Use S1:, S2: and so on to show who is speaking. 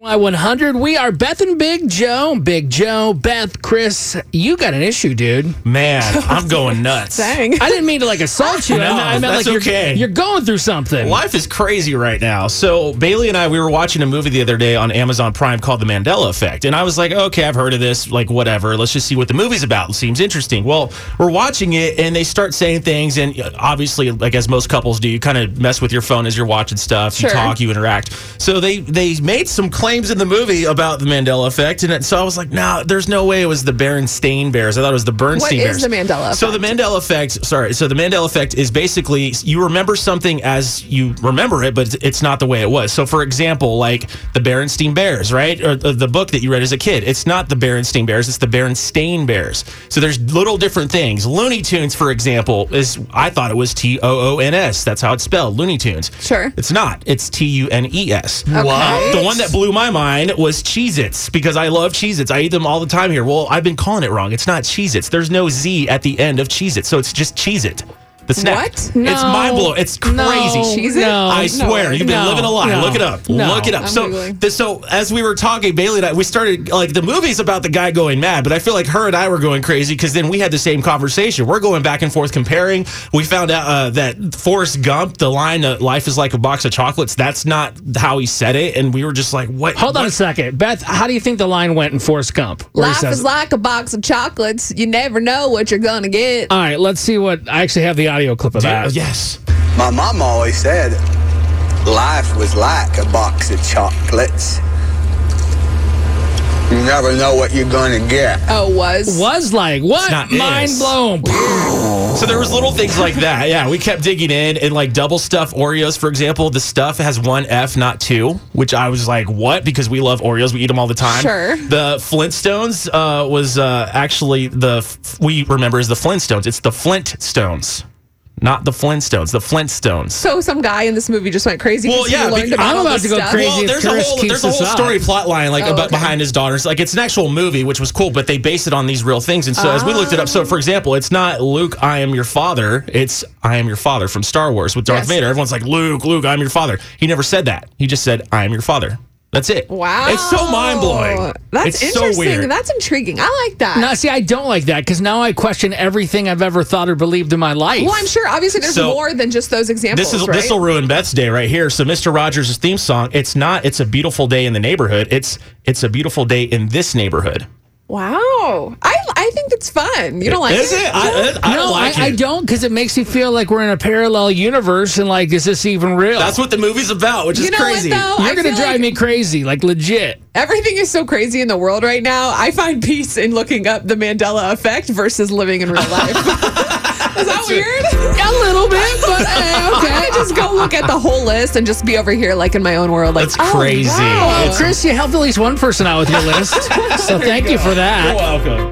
S1: Y100, we are Beth and Big Joe. Big Joe, Beth, Chris, you got an issue, dude.
S2: Man, I'm going nuts.
S3: Dang.
S1: I didn't mean to like assault you. I
S2: No,
S1: meant, I meant,
S2: that's
S1: like you're,
S2: okay.
S1: you're going through something.
S2: Life is crazy right now. So Bailey and I, we were watching a movie the other day on Amazon Prime called The Mandela Effect, and I was like, okay, I've heard of this, like whatever. Let's just see what the movie's about. It seems interesting. Well, we're watching it, and they start saying things, and uh, obviously, like as most couples do, you kind of mess with your phone as you're watching stuff. You
S3: Sure.
S2: talk, you interact. So they they made some claims in the movie about the Mandela Effect, and it, so I was like, no, there's no way it was the Berenstain Bears. I thought it was the Bernstein
S3: What is
S2: Bears.
S3: the Mandela
S2: So the Mandela effect, sorry, so the Mandela effect is basically you remember something as you remember it, but it's not the way it was. So for example, like the Berenstain Bears, right? Or the the book that you read as a kid. It's not the Berenstain Bears, it's the Berenstain Bears. So there's little different things. Looney Tunes, for example, is I thought it was T O O N S. That's how it's spelled, Looney Tunes.
S3: Sure.
S2: It's not. It's T U N E S.
S3: What?
S2: The one that blew my mind was Cheez Its because I love Cheez Its. I eat them all the time here. Well, I've been calling it wrong. It's not Cheez Its. There's no Z at the end of Cheez It. So it's just Cheez It. The snack.
S3: What?
S2: It's
S1: No.
S2: mind blowing. It's
S1: No.
S2: crazy.
S3: Cheez It?
S1: No.
S2: I swear,
S1: no,
S2: you've been
S1: no,
S2: living a lie.
S1: no,
S2: Look it up.
S1: no.
S2: Look it up.
S3: I'm
S2: so,
S3: Googling.
S2: th- so as we were talking, Bailey and I, we started like the movie's about the guy going mad, but I feel like her and I were going crazy because then we had the same conversation. We're going back and forth comparing. We found out uh, that Forrest Gump, the line uh, "Life is like a box of chocolates," that's not how he said it, and we were just like, "What?
S1: Hold on
S2: what?
S1: a second. Beth, how do you think the line went in Forrest Gump? where he
S3: Life
S1: says-
S3: is like a box of chocolates. You never know what you're going to get.
S1: All right, let's see what. I actually have the audio clip of
S2: Uh,
S1: that.
S2: yes.
S4: My mom always said life was like a box of chocolates. You never know what you're gonna get.
S3: Oh, was.
S1: Was like, what?
S2: not
S1: Mind
S2: is.
S1: blown.
S2: So there was little things like that. Yeah, we kept digging in and like double stuff Oreos, for example. The stuff has one F, not two, which I was like, what? Because we love Oreos, we eat them all the time.
S3: Sure.
S2: The Flintstones uh, was uh, actually the f- we remember as the Flintstones. It's the Flintstones, not the Flintstones. The Flintstones.
S3: So some guy in this movie just went crazy.
S2: Well,
S3: 'cause
S2: yeah,
S3: he learned
S2: because-
S3: about
S1: I'm
S3: all
S1: about
S3: this
S1: to go
S3: stuff.
S1: crazy.
S2: Well, there's a
S1: Chris
S2: whole there's a
S1: keeps
S2: whole
S1: us up.
S2: story plot line like
S3: Oh,
S2: about
S3: okay.
S2: behind his daughters. Like it's an actual movie, which was cool, but they based it on these real things. And so as we looked it up, so for example, it's not Luke, I am your father. It's I am your father from Star Wars with Darth
S3: Yes.
S2: Vader. Everyone's like Luke, Luke, I'm your father. He never said that. He just said I am your father. That's it.
S3: Wow.
S2: It's so mind blowing.
S3: That's
S2: it's
S3: interesting.
S2: So weird.
S3: That's intriguing. I like that.
S1: No, see, I don't like that because now I question everything I've ever thought or believed in my life.
S3: well, I'm sure obviously there's
S2: So-
S3: more than just those examples.
S2: This is
S3: right?
S2: this will ruin Beth's day right here. So Mr. Rogers' theme song, it's not it's a beautiful day in the neighborhood. It's it's a beautiful day in this neighborhood.
S3: Wow. I, I think it's fun. You don't like
S2: Is
S3: it?
S2: it? I, I, I
S1: no,
S2: don't like
S1: I,
S2: it.
S1: I don't because it makes me feel like we're in a parallel universe and like, is this even real?
S2: That's what the movie's about, which
S3: You
S2: is
S3: know
S2: crazy.
S3: what, though?
S1: You're
S3: Oh, I
S1: gonna
S3: feel
S1: drive
S3: like
S1: me crazy, like legit.
S3: Everything is so crazy in the world right now. I find peace in looking up the Mandela effect versus living in real life. is that weird?
S1: A little bit, but uh,
S3: Okay, I just go look at the whole list and just be over here like in my own world. Like
S2: That's
S3: oh,
S2: crazy.
S3: wow.
S1: Chris, you helped at least one person out with your list, so thank you for that.
S2: welcome.